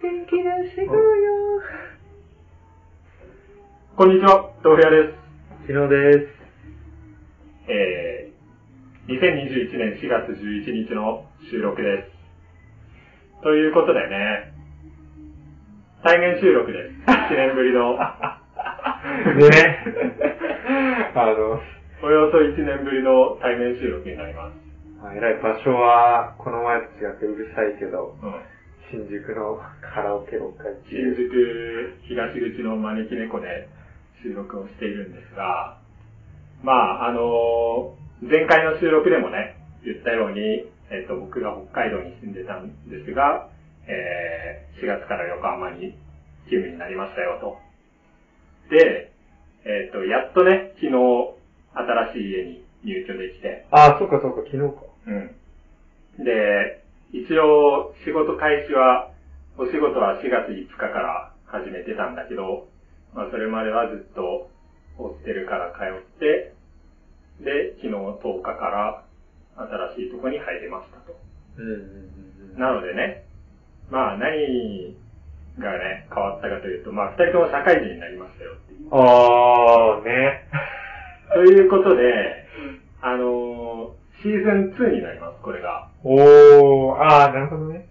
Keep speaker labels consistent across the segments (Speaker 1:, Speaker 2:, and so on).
Speaker 1: がしぐよ。
Speaker 2: こんにちは、豆腐屋です。
Speaker 3: 昨日です。
Speaker 2: えー、2021年4月11日の収録です。ということでね、対面収録です。1年ぶり の。
Speaker 3: ね。あの、
Speaker 2: およそ1年ぶりの対面収録になります。
Speaker 3: まあ、えらい場所は、この前と違ってうるさいけど、
Speaker 2: うん、
Speaker 3: 新宿のカラオケロッカーってい
Speaker 2: 新
Speaker 3: う
Speaker 2: 宿東口の招き猫で収録をしているんですが、まあ、あの前回の収録でもね、言ったように、えっ、と、僕が北海道に住んでたんですが、えー4月から横浜に勤務になりましたよと。で、えっ、と、やっとね、昨日、新しい家に入居できて、
Speaker 3: あ、そうかそうか、昨日か。
Speaker 2: うん。で、一応仕事開始は、お仕事は4月5日から始めてたんだけど、まあそれまではずっとホステルから通って、で、昨日10日から新しいとこに入れましたと。
Speaker 3: うんうんうんうん。
Speaker 2: なのでね、まあ何がね、変わったかというと、まあ二人とも社会人になりましたよっていう。
Speaker 3: あー、ね。
Speaker 2: ということで、あのーシーズン2になります、これが。
Speaker 3: おー、あー、なるほどね。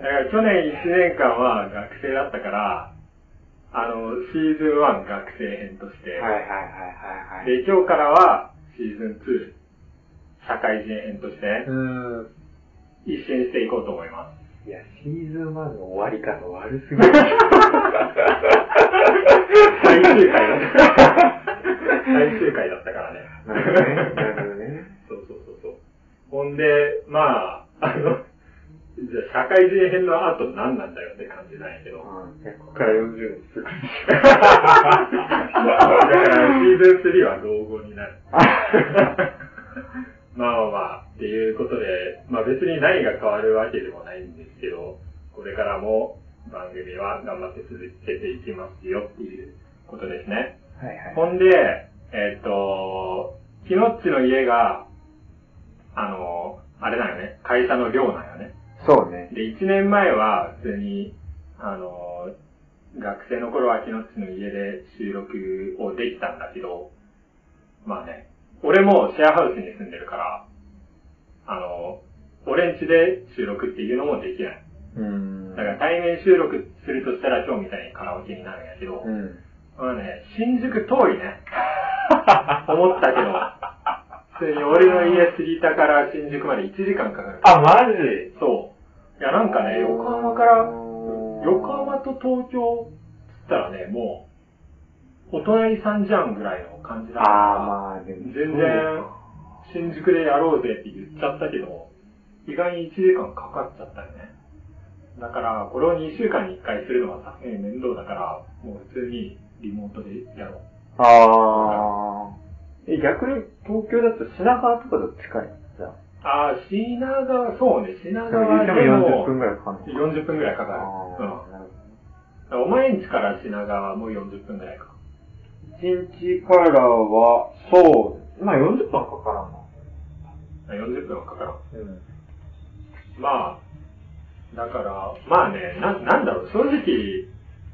Speaker 3: はいはい
Speaker 2: だから去年1年間は学生だったから、あの、シーズン1学生編として、
Speaker 3: はいはいはいはいはい。
Speaker 2: で、今日からはシーズン2社会人編として
Speaker 3: うーん。
Speaker 2: 一新していこうと思 います。
Speaker 3: いや、シーズン1の終わり方悪すぎる。
Speaker 2: 最終回だった。最終回だったからね。
Speaker 3: なるほどね。なるほどね。
Speaker 2: そうそうそうそう。ほんで、まあ、あの、じゃあ社会人編の後何なんだよって感じなんやけど。
Speaker 3: うん。いやここから40年すぐ。
Speaker 2: だからシーズン3は老後になる。まあまあまあ、っていうことで、まあ別に何が変わるわけでもないんですけど、これからも番組は頑張って続けていきますよっていうことですね。
Speaker 3: はいはい。
Speaker 2: ほんで、えっ、と、きのっちの家が、あの、あれだよね、会社の寮なんよね。
Speaker 3: そうね。
Speaker 2: で、1年前は普通に、あの、学生の頃は木のちの家で収録をできたんだけど、まあね、俺もシェアハウスに住んでるから、あの、俺ん家で収録っていうのもできない。
Speaker 3: うーん
Speaker 2: だから対面収録するとしたら今日みたいにカラオケになるんやけど、
Speaker 3: うん。
Speaker 2: まあね、新宿遠いね。思ったけど、普通に俺の家杉田から新宿まで1時間かかる。
Speaker 3: あ、マジ
Speaker 2: そう。いや、なんかね、横浜から、
Speaker 3: うん
Speaker 2: 横浜と東京っつったらね、もう、お隣さんじゃんぐらいの感じだから、
Speaker 3: あー、まあ、でも。
Speaker 2: 全然、新宿でやろうぜって言っちゃったけど、意外に1時間かかっちゃったよね。だから、これを2週間に1回するのはさすがに面倒だから、もう普通にリモートでやろう。
Speaker 3: あー。え、逆に東京だと品川とかだと近いじゃあ。
Speaker 2: あー、品川、そうね、品
Speaker 3: で
Speaker 2: 川で
Speaker 3: 40
Speaker 2: も
Speaker 3: 分くらいかかんない。
Speaker 2: 40分ぐらいかかる。
Speaker 3: あーなる
Speaker 2: うん。お前んちから品川も40分ぐらいか。
Speaker 3: ほど。1日からは、そう。まあ40分はかからんな。
Speaker 2: あ40分はかかる。
Speaker 3: うん。
Speaker 2: まあ、だから、まあね、な、なんだろう、正直、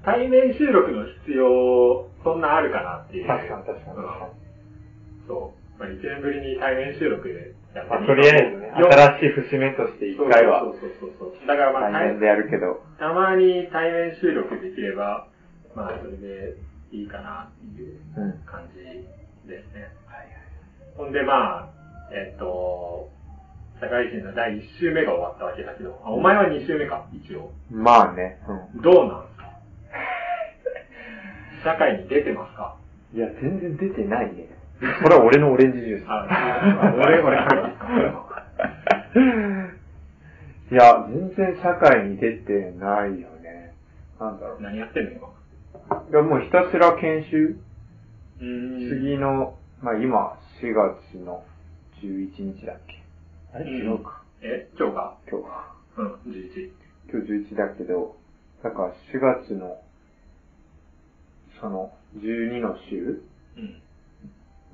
Speaker 2: 対面収録の必要、そんなあるかなっていう。
Speaker 3: 確かに確かに確か
Speaker 2: うんそう。まあ、1年ぶりに対面収録でやって
Speaker 3: に。まあ、
Speaker 2: み
Speaker 3: と
Speaker 2: よう
Speaker 3: りあえずね、
Speaker 2: よ
Speaker 3: 新しい節目として一回は
Speaker 2: そう、そうそうそうそう。だからまあ、
Speaker 3: 対面
Speaker 2: た
Speaker 3: でやるけど。
Speaker 2: たまに対面収録できれば、まあ、それでいいかなっていう
Speaker 3: うん。はい
Speaker 2: 感じですね。
Speaker 3: はい。
Speaker 2: ほんでまあ、えっと、社会人の第1週目が終わったわけだけど、あお前は2週目か、一応。
Speaker 3: まあね。うん。
Speaker 2: どうなん すか社会に出てますか
Speaker 3: いや、全然出てないね。 これは俺のオレンジジュース。
Speaker 2: ああ俺俺
Speaker 3: いや、全然社会に出てないよね。なんだろう。
Speaker 2: 何やってんの今。
Speaker 3: いや、もうひたすら研修、
Speaker 2: うーん。
Speaker 3: 次の、まあ今、4月の11日だっけあれ
Speaker 2: うん
Speaker 3: 違うか。
Speaker 2: え今日か
Speaker 3: 今日は。
Speaker 2: うん、11。
Speaker 3: 今日11だけど、だから4月の、その、12の週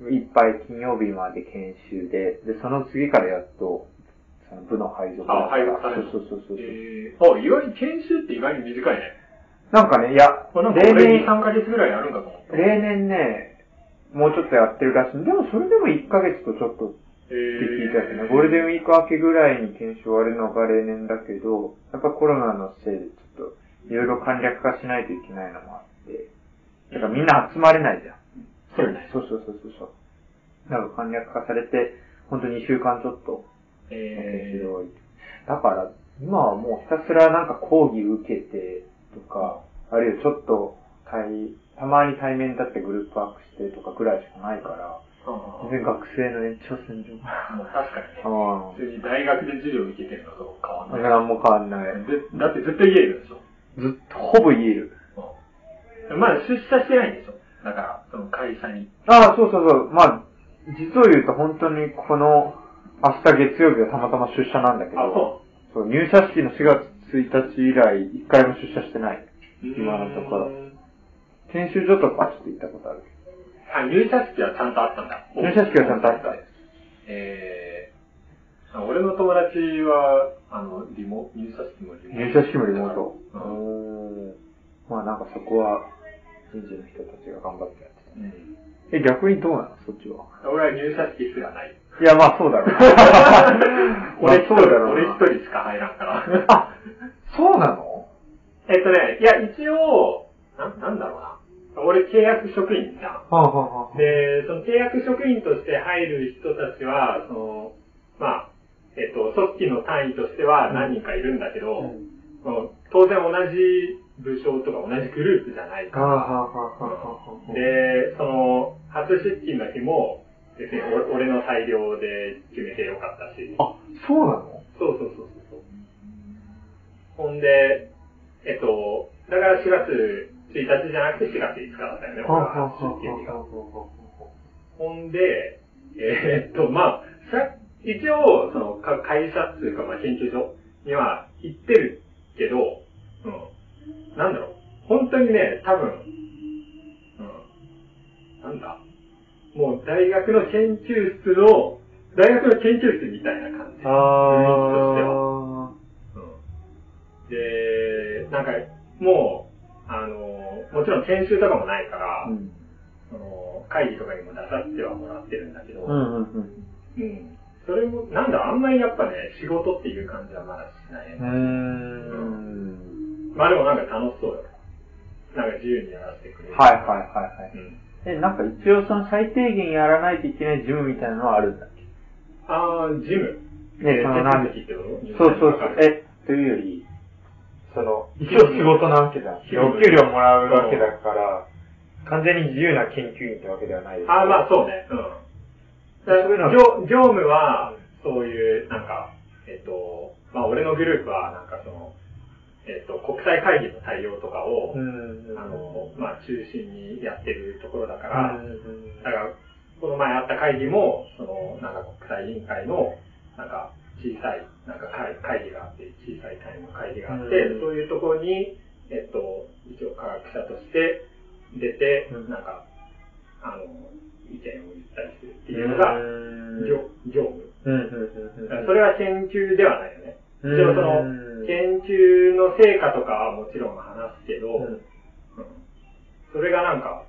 Speaker 2: うん。
Speaker 3: いっぱい金曜日まで研修で、で、その次からやっと、その部の配属だから
Speaker 2: あ配属される
Speaker 3: そうそうそうそう。
Speaker 2: えー、あ、意外に研修って意外に短いね。
Speaker 3: なんかね、いや
Speaker 2: これなん、か
Speaker 3: 例
Speaker 2: 俺に
Speaker 3: 年、
Speaker 2: 3ヶ月ぐらいやるんかと思った。
Speaker 3: 例年ね、もうちょっとやってるらしい。でもそれでも1ヶ月とちょっとって
Speaker 2: え
Speaker 3: 聞いたけどね、ゴールデンウィーク明けぐらいに研修終わるのが例年だけど、やっぱコロナのせいでちょっと、いろいろ簡略化しないといけないのもあって、だからみんな集まれないじゃん。
Speaker 2: そうね。
Speaker 3: そうそうそうそうそう。だから簡略化されて、ほんと2週間ちょっと
Speaker 2: えー、
Speaker 3: だから、今はもうひたすらなんか講義受けてとか、あるいはちょっと対、たまに対面立ってグループワークしてとかぐらいしかないから、
Speaker 2: うん
Speaker 3: 全然学生の延長線 上。
Speaker 2: もう確かにね。
Speaker 3: あ
Speaker 2: 普通に大学で授業受けてるのと変わん
Speaker 3: あ。
Speaker 2: ない。
Speaker 3: なんも変わんない。
Speaker 2: でだってずっと言えるでしょ。
Speaker 3: ずっと、ほぼ言える。
Speaker 2: うんまだ出社してないんでしょ。だから、その会社に。
Speaker 3: ああ、そうそうそう。まあ、実を言うと本当にこの、明日月曜日はたまたま出社なんだけど、そう入社式の4月1日以来、一回も出社してない。
Speaker 2: う
Speaker 3: 今のところ
Speaker 2: うーん
Speaker 3: 研修所とかちょっと行ったことあるけ
Speaker 2: あ、入社式はちゃんとあったんだ。
Speaker 3: ど。入社式はちゃんとあった。
Speaker 2: えー、俺の友達は、あの、リモ、入社式もリモート。
Speaker 3: 入社式もリモート。
Speaker 2: う
Speaker 3: うんーん。まあなんかそこは、人事の人たちが頑張ってやって
Speaker 2: うん。
Speaker 3: た。え、逆にどうなのそっちは。
Speaker 2: 俺は入社式すら ない。
Speaker 3: いや、まあそうだろう。
Speaker 2: 俺一人、
Speaker 3: まあそうだろうな
Speaker 2: 俺一人しか入らんから。
Speaker 3: あ、そうなの
Speaker 2: えっとね、いや、一応、な、なんだろうな。俺契約職員じゃん。
Speaker 3: はあ、はあはあ、
Speaker 2: で、その契約職員として入る人たちは、その、まあ、えっと、組織の単位としては何人かいるんだけど、その当然同じ部署とか同じグループじゃない
Speaker 3: あ
Speaker 2: か
Speaker 3: はあ
Speaker 2: ら。
Speaker 3: はあはあはあ。
Speaker 2: で、その、初出勤の日も、別にお俺の裁量で決めてよかったし。
Speaker 3: あ、そうなの
Speaker 2: そうそうそうそうそう。ほんで、えっと、だから4月1日じゃなくて4月5日だったよね、俺は初出勤日が。ほんで、えーっと、まあ、さ一応、その、か会社っていうか、まあ、研究所には行ってるけど、うん、なんだろう、本当にね、多分、うん、なんだ、もう大学の研究室の、大学の研究室みたいな感じ。
Speaker 3: あ
Speaker 2: うんで、なんか、もう、あの、もちろん研修とかもないから、
Speaker 3: あ。うん。
Speaker 2: その会議とかにも出させてはもらってるんだけど、
Speaker 3: うんうん
Speaker 2: うんそれも、なんだ、あんまりやっぱね、仕事っていう感じはまだしない、ね
Speaker 3: うん。う
Speaker 2: まあでもなんか楽しそうよ。なんか自由にやらせてくれ
Speaker 3: ー
Speaker 2: る。
Speaker 3: ん。はいは
Speaker 2: うん。
Speaker 3: いはいはい。え、なんか一応その最低限やらないといけないジムみたいなのはあるんだっけ
Speaker 2: あー、ジム。
Speaker 3: ねそのなん
Speaker 2: 手続きってこと
Speaker 3: そうそうそう。
Speaker 2: え、
Speaker 3: え、というより、その、一応仕事なわけじゃん。
Speaker 2: うん
Speaker 3: お給料もらうわけだから、完全に自由な研究員ってわけではないです。
Speaker 2: あー、まあそうね。うん。だ
Speaker 3: そういうの
Speaker 2: 業
Speaker 3: は
Speaker 2: 業務は、そういう、なんか、えっと、まあ俺のグループは、なんかその、えっと、国際会議の対応とかを、
Speaker 3: うん。
Speaker 2: あの、まあ中心にやってるところだから、
Speaker 3: うん、
Speaker 2: だから、この前あった会議も、その、なんか国際委員会の、なんか、小さい、なんか会会議があって、小さい単位の会議があって、
Speaker 3: う
Speaker 2: そ
Speaker 3: ん
Speaker 2: ういうところに、えっと、一応科学者として出て、
Speaker 3: うん
Speaker 2: なんか、あの、意見を言ったりするっていうのが、
Speaker 3: うん
Speaker 2: 業業務。
Speaker 3: うんうんうんうん。
Speaker 2: だからそれは研究ではないよね。
Speaker 3: うん、
Speaker 2: 一応その
Speaker 3: うん
Speaker 2: 研究の成果とかはもちろん話すけど、うんそれがなんか、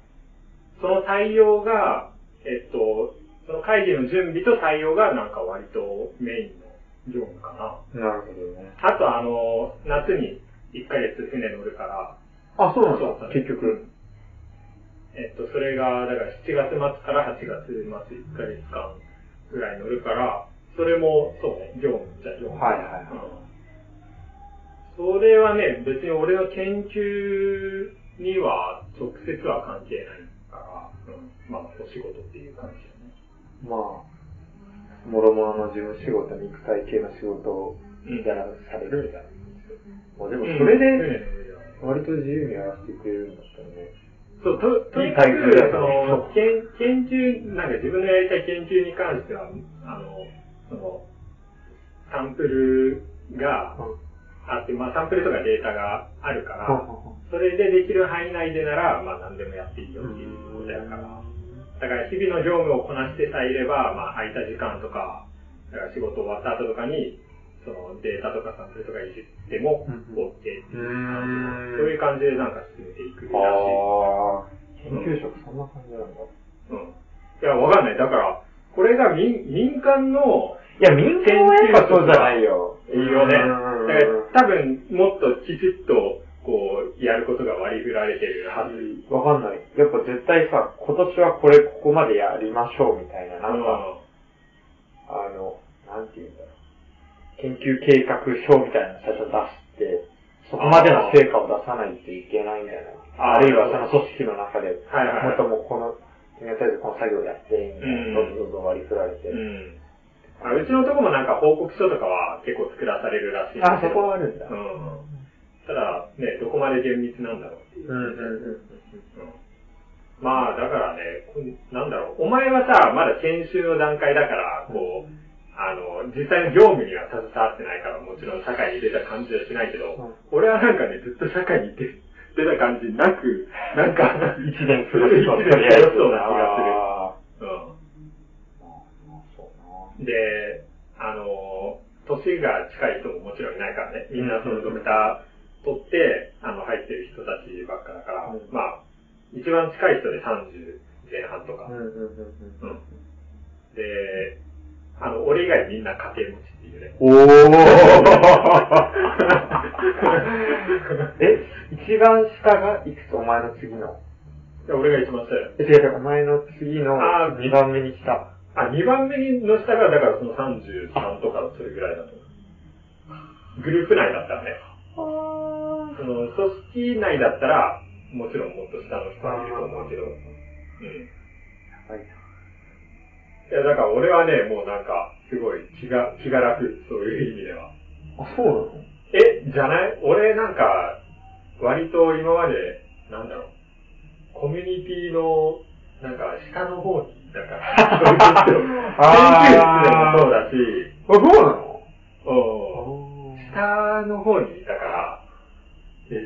Speaker 2: その対応が、えっと、その会議の準備と対応がなんか割とメインの業務かな。
Speaker 3: なるほどね。
Speaker 2: あとあの、夏に1ヶ月船乗るから、
Speaker 3: あ、そうなん
Speaker 2: そう
Speaker 3: だ。結局。
Speaker 2: えっと、それが、だから7月末から8月末1ヶ月間ぐらい乗るから、それも、そうね、業務じゃ業務。
Speaker 3: はいはいはい
Speaker 2: うんそれはね、別に俺の研究には直接は関係ないから、うん、まあ、お仕事っていう感じ
Speaker 3: まあ、もろもろの事務仕事、肉体系の仕事を
Speaker 2: だね。
Speaker 3: やらされるみたいな。まあで
Speaker 2: うん
Speaker 3: もそれ
Speaker 2: うん
Speaker 3: で、
Speaker 2: うん
Speaker 3: 割と自由にやらせてくれるんだったらね。
Speaker 2: そう、と、とにかく
Speaker 3: いいタイプだ、よ
Speaker 2: その、研、研究、なんか自分のやりたい研究に関しては、あの、その、サンプルがあって、まあサンプルとかデータがあるから、それでできる範囲内でなら、まあ何でもやっていいよっていうことやから。だから日々の業務をこなしてさえいれば、まあ空いた時間とか、だから仕事終わった後とかに、そのデータとかサンプルとかいじっても
Speaker 3: うんう
Speaker 2: OK っ
Speaker 3: ん
Speaker 2: ていう感
Speaker 3: うん
Speaker 2: じの、そういう感じでなんか進めていくらしい。
Speaker 3: あー。研究職そんな感じなんだ。
Speaker 2: うん。いや、わかんない。だから、これが民民間の、
Speaker 3: いや、民間はやっぱそうじゃないよ。
Speaker 2: いいよね。だ
Speaker 3: うん
Speaker 2: から多分、もっときちっと、こう、やることが割り振られてるはず。
Speaker 3: わかんない。やっぱ絶対さ、今年はこれここまでやりましょうみたいな、なんか、あの、なんて言うんだろう。研究計画書みたいなの最初出して、そこまでの成果を出さないといけないんじゃない
Speaker 2: あ
Speaker 3: あ
Speaker 2: ー
Speaker 3: るいはその組織の中で、
Speaker 2: はいはいはい
Speaker 3: もっともうこの、君はとりあえずこの作業やって、みたいな、
Speaker 2: うん
Speaker 3: どんどんどんどん割り振られて。
Speaker 2: うん。うんあうちのとこもなんか報告書とかは結構作らされるらしいんだ
Speaker 3: あ、
Speaker 2: け
Speaker 3: そ
Speaker 2: ど
Speaker 3: こはあるんだ。
Speaker 2: うん。ただ、ね、どこまで厳密なんだろうっていう。
Speaker 3: うんうん
Speaker 2: う
Speaker 3: うん
Speaker 2: んまあ、だからね、こんなんだろう。お前はさ、まだ研修の段階だから、こう、あの、実際の業務には携わってないから、もちろん社会に出た感じはしないけど、
Speaker 3: うん
Speaker 2: 俺はなんかね、ずっと社会に出出た感じなく、なんか、
Speaker 3: 一年過ごしそ
Speaker 2: 一
Speaker 3: う、
Speaker 2: 年過ごし そうな気がするう。
Speaker 3: あーまあそうなん
Speaker 2: で、あの、年が近い人ももちろんいないからね、みんなそのドクター取って、あの、入ってる人たちばっかだから、
Speaker 3: うん
Speaker 2: まあ、一番近い人で30前半とか、
Speaker 3: うんうんうんうん。
Speaker 2: で、あの、俺以外みんな家庭持ちっていうね。
Speaker 3: おーえ、一番下がいくつお前の次の
Speaker 2: で俺が一番下よ。
Speaker 3: え、違う違う、お前の次の
Speaker 2: あー
Speaker 3: 2番目に下。
Speaker 2: あ、2番目の下が、だからその33とかそれぐらいだと思う。グループ内だったらね。その組織内だったら、もちろんもっと下の人はいると思うけど。うん。いや、だから俺はね、もうなんか、すごい気が、気が楽、そういう意味では。
Speaker 3: あ、そうなの
Speaker 2: え、じゃない俺なんか、割と今まで、なんだろう、コミュニティの、なんか下の方に、だから、そういう人研究室でもそうだし、
Speaker 3: あ、そうなの
Speaker 2: うん下の方にいたから、で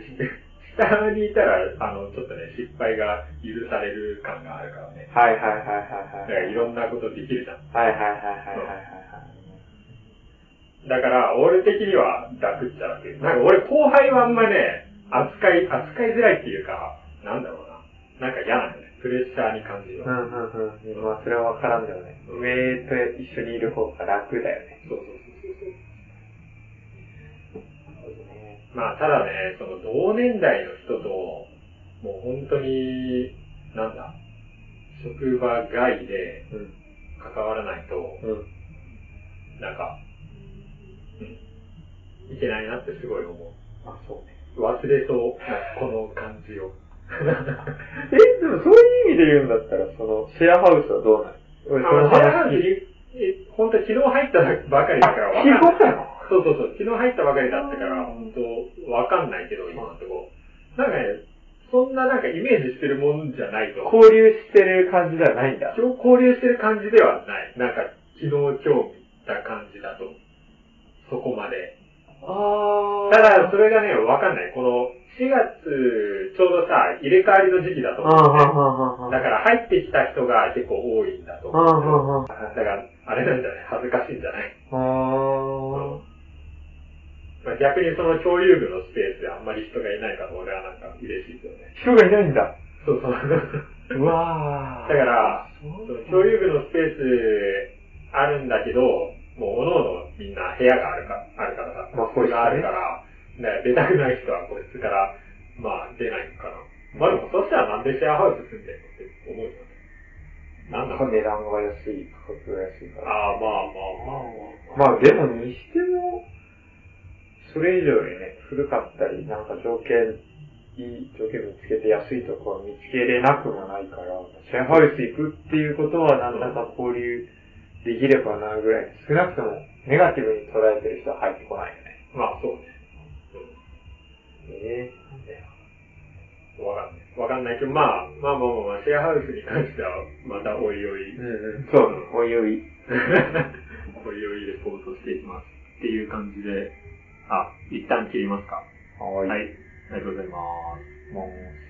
Speaker 2: 下にいたら、あの、ちょっとね、失敗が許される感があるからね。
Speaker 3: はいはいはい
Speaker 2: だか
Speaker 3: はいはい。
Speaker 2: らいろんなことできるじゃん。
Speaker 3: はいはいはいはいはい
Speaker 2: だから、俺的には楽っちゃ楽。なんか俺後輩はあんまね、扱い、扱いづらいっていうか、なんだろうな。なんか嫌なんだよね。プレッシャーに感じる。
Speaker 3: はい。うんうんうん。まあ、それはわからんだよね。上と一緒にいる方が楽だよね。
Speaker 2: そうそうそうそう。
Speaker 3: そうだね。
Speaker 2: まあ、ただね、その同年代の人と、もう本当に、なんだ、職場外で
Speaker 3: うん。
Speaker 2: 関わらないと、
Speaker 3: うん。
Speaker 2: なんか、うん、いけないなってすごい思う。
Speaker 3: あ、そうね。
Speaker 2: 忘れそう、なんかこの感じ を。
Speaker 3: え、でもそういう意味で言うんだったら、その、シェアハウスはどうなの俺、そ
Speaker 2: あ
Speaker 3: の
Speaker 2: の、シェアハウス
Speaker 3: 話聞いて。
Speaker 2: に、え本当昨日入ったばかりだからわかんない。
Speaker 3: あ、聞いたの
Speaker 2: そうそうそう、昨日入ったばかりだったから、本当わかんないけど、今のところ。なんかね、そんななんかイメージしてるもんじゃないと。
Speaker 3: 交流してる感じではないんだ。
Speaker 2: 今日交流してる感じではない。なんか、昨日今日見た感じだと。そこまで。
Speaker 3: あ
Speaker 2: ただ、
Speaker 3: あ
Speaker 2: それがね、わかんない。この、4月、ちょうどさ、入れ替わりの時期だと
Speaker 3: あ
Speaker 2: 思うんだよね
Speaker 3: あ
Speaker 2: だから入ってきた人が結構多いんだと思
Speaker 3: うん
Speaker 2: う。
Speaker 3: うんうん。あ
Speaker 2: だから、あれなんじゃない恥ずかしいんじゃない
Speaker 3: ー
Speaker 2: まあ逆にその共有部のスペースであんまり人がいないから俺はなんか嬉しいですよね。
Speaker 3: 人がいないんだ。
Speaker 2: そうそう。
Speaker 3: うわー
Speaker 2: だから、
Speaker 3: そう
Speaker 2: その共有部のスペースあるんだけど、もう各々みんな部屋があるかあるからさ、
Speaker 3: まあ
Speaker 2: これがあるから、ね、出たくない人は個室から、まあ出ないのかな。まあでもそしたらなんでシェアハウス住んでんのって思うよね。なんだろう。
Speaker 3: 値段が安い、価格が安いから。
Speaker 2: ああ、まあまあまあまあ。
Speaker 3: まあでもにしても、それ以上にね、古かったり、なんか条件、いい条件見つけて安いところ見つけれなくもないから、シェアハウス行くっていうことはなんだか交流できればなぐらい、少なくともネガティブに捉えてる人は入ってこないよね。
Speaker 2: まあそうね。うん
Speaker 3: ええなんだよ。
Speaker 2: わかんない。わかんないけど、まあ、まあまあまあまあ、シェアハウスに関しては、またおい おい、
Speaker 3: うんうん、そう、おいおい。
Speaker 2: おいおいレポートしていきます。っていう感じで、あ、一旦切りますか。
Speaker 3: は
Speaker 2: はい。ありがとうございます。
Speaker 3: い。もう